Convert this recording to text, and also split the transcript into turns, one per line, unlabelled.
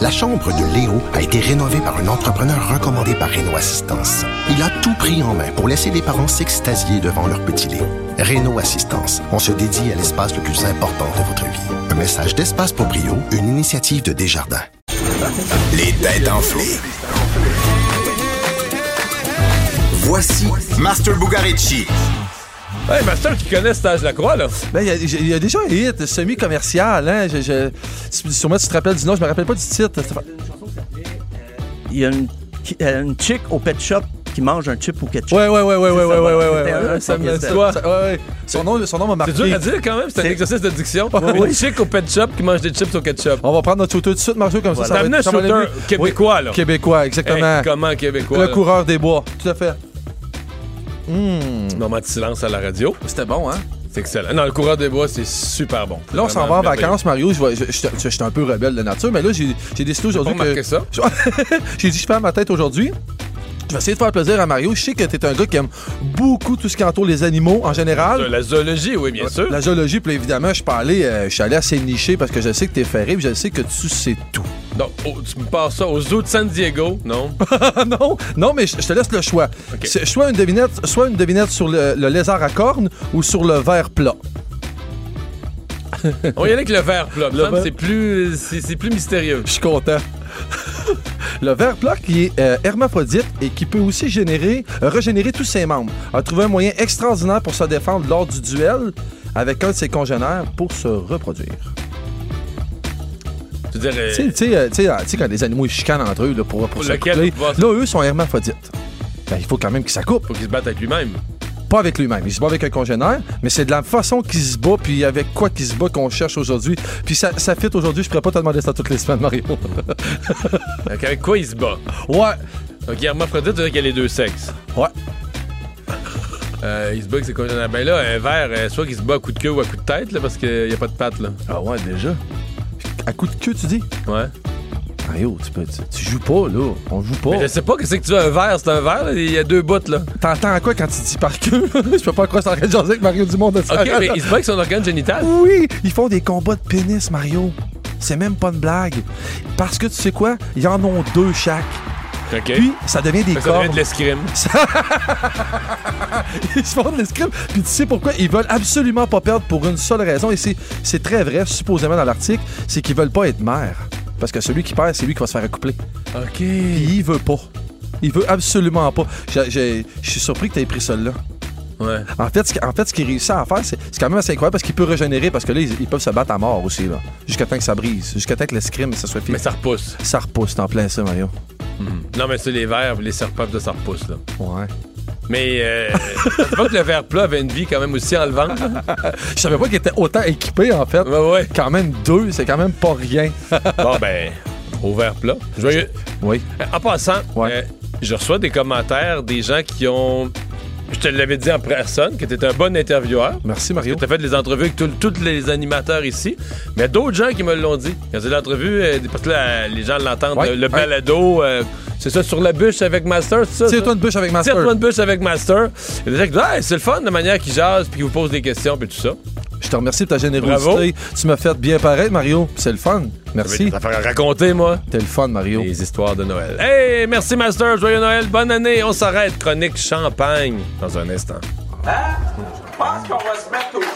La chambre de Léo a été rénovée par un entrepreneur recommandé par Renault Assistance. Il a tout pris en main pour laisser les parents s'extasier devant leur petit Léo. Renault Assistance, on se dédie à l'espace le plus important de votre vie. Un message d'espace pour Brio, une initiative de Desjardins.
Les têtes enflées. Voici Master Bugaricci.
Hey, Master qui connaît Stage Lacroix, là.
Ben, il y a- il y, a déjà un hit semi-commercial, hein. Je, je- si- Sûrement, tu te rappelles du nom, je me rappelle pas du titre.
Il y a une, euh, une chick au pet shop qui mange un chip au ketchup.
Ouais, ouais, ouais, ouais, ouais, ouais, ouais, ouais,
C'était un-
ouais, ouais, ça me-
c'était-
toi, ça- ouais, ouais. Son nom, son nom m'a marqué.
C'est dur à dire quand même, c'est un
C'est-
exercice de diction.
Ouais,
Une
oui.
chick au pet shop qui mange des chips au ketchup.
On va prendre notre shooter tout de suite, Marjo, comme ça,
T'as
ça. va
amené
être-
un
ça va aller
shooter
mieux.
québécois, là.
Oui, québécois,
Hey,
exactement.
comment québécois?
le
là?
coureur des bois, tout à fait.
Moment de silence à la radio.
C'était bon, hein?
C'est excellent. Non, le coureur des bois, c'est super bon.
Là, on s'en va
Vraiment
en vacances, Mario. Je vais- je- je- je- j'étais un peu rebelle de nature, mais là, j'ai j'ai décidé aujourd'hui
merveilleux. Pas
que.
remarqué ça.
J'ai dit, je perds ma tête aujourd'hui. Je vais essayer de faire plaisir à Mario. Je sais que t'es un gars qui aime beaucoup tout ce qui entoure les animaux en
De
général.
La zoologie, oui, bien sûr.
La zoologie, puis évidemment, je suis pas allé, euh, je suis allé assez niché parce que je sais que t'es ferré, puis je sais que tu sais tout.
Donc, oh, tu me passes ça au zoo de San Diego, non?
Ah non, non, mais je je te laisse le choix.
Ok.
C'est Soit une devinette, soit une devinette sur le, le lézard à cornes ou sur le verre plat.
On y allait avec le verre plat. Il me semble
verre.
que C'est plus, c'est c'est plus mystérieux.
Je suis content. Le verre plat qui est euh, hermaphrodite et qui peut aussi générer, euh, régénérer tous ses membres, a trouvé un moyen extraordinaire pour se défendre lors du duel avec un de ses congénères pour se reproduire.
Je veux dire, euh,
Tu sais, tu sais, euh, tu sais, euh, tu sais, quand les animaux ils chicanent entre eux là, pour, pour se
Lequel
coupler,
va-
là, eux sont hermaphrodites. Ben, il faut quand même qu'ils s'accouplent.
faut qu'il se batte avec lui-même.
Pas avec lui-même, il se bat avec un congénère, mais c'est de la façon qu'il se bat, puis avec quoi qu'il se bat qu'on cherche aujourd'hui. Puis ça, ça fit aujourd'hui, je pourrais pas te demander ça toutes les semaines, Mario.
Donc, avec quoi il se bat?
ouais,
Donc, hermaphrodite, tu veux dire qu'il y a les deux sexes.
ouais.
Euh, il se bat avec ses congénères. Ben là, un verre, euh, soit qu'il se bat à coup de queue ou à coup de tête, là, parce qu'il n'y a pas de patte, là.
Ah ouais, déjà. À coup de queue, tu dis?
Ouais.
Mario, tu, peux, tu, tu joues pas, là. On joue pas.
Mais je sais pas que c'est que tu as un verre, c'est un verre, là, il y a deux bouts là.
T'entends quoi quand tu dis par queue? Je peux pas croire que c'est en train de jaser avec Mario Dumont de ça.
OK, mais il se bat avec son organe génital.
Oui, ils font des combats de pénis, Mario. C'est même pas une blague. Parce que tu sais quoi? Ils en ont deux chaque.
OK.
Puis, ça devient des
Fait que ça devient de
cordes.
l'escrime.
Ils se font de l'escrime. Puis tu sais pourquoi? Ils veulent absolument pas perdre pour une seule raison. Et c'est c'est très vrai, supposément dans l'article, c'est qu'ils veulent pas être mères. Parce que celui qui perd, c'est lui qui va se faire accoupler.
OK.
Puis il veut pas. Il veut absolument pas. J'ai- j'ai- Je suis surpris que tu aies pris celle-là.
Ouais.
En fait, ce qui- en fait, ce qu'il réussit à faire, c'est c'est quand même assez incroyable parce qu'il peut régénérer parce que là, ils, ils peuvent se battre à mort aussi, là. Jusqu'à temps que ça brise. Jusqu'à temps que l'escrime, ça soit fini.
Mais ça repousse.
Ça repousse, t'en plein ça, Mario.
Non, mais c'est les verres, les serpents, ça repousse, là.
Ouais.
Mais euh, je pense que le verre plat avait une vie quand même aussi enlevante.
Je savais pas qu'il était autant équipé, en fait.
Ouais, ouais.
Quand même deux, c'est quand même pas rien.
Bon, ben, au verre plat. Joyeux.
Oui.
En passant,
Ouais.
euh, je reçois des commentaires des gens qui ont. Je te l'avais dit en personne que tu un bon intervieweur.
Merci,
Parce que
Mario.
tu as fait des entrevues avec tout- tous les animateurs ici. Mais d'autres gens qui me l'ont dit. Quand j'ai l'entrevue, euh, parce que là, les gens l'entendent,
Ouais,
le, le
ouais.
balado, euh, c'est ça, sur la bûche avec Master, c'est ça? ça?
Tire-toi une bûche avec Master.
Tire-toi une bûche avec Master. Il y a des gens qui disent Hey, c'est le fun, la manière qu'ils jasent, puis qu'ils vous posent des questions, puis tout ça.
Je te remercie pour ta générosité.
Bravo.
Tu m'as fait bien paraître, Mario. C'est le fun. Merci.
Ça faire raconter, moi.
T'es le fun, Mario.
Les histoires de Noël. Hey, merci Master, joyeux Noël, bonne année. On s'arrête, chronique champagne, dans un instant.
Je Hein? pense qu'on va se mettre au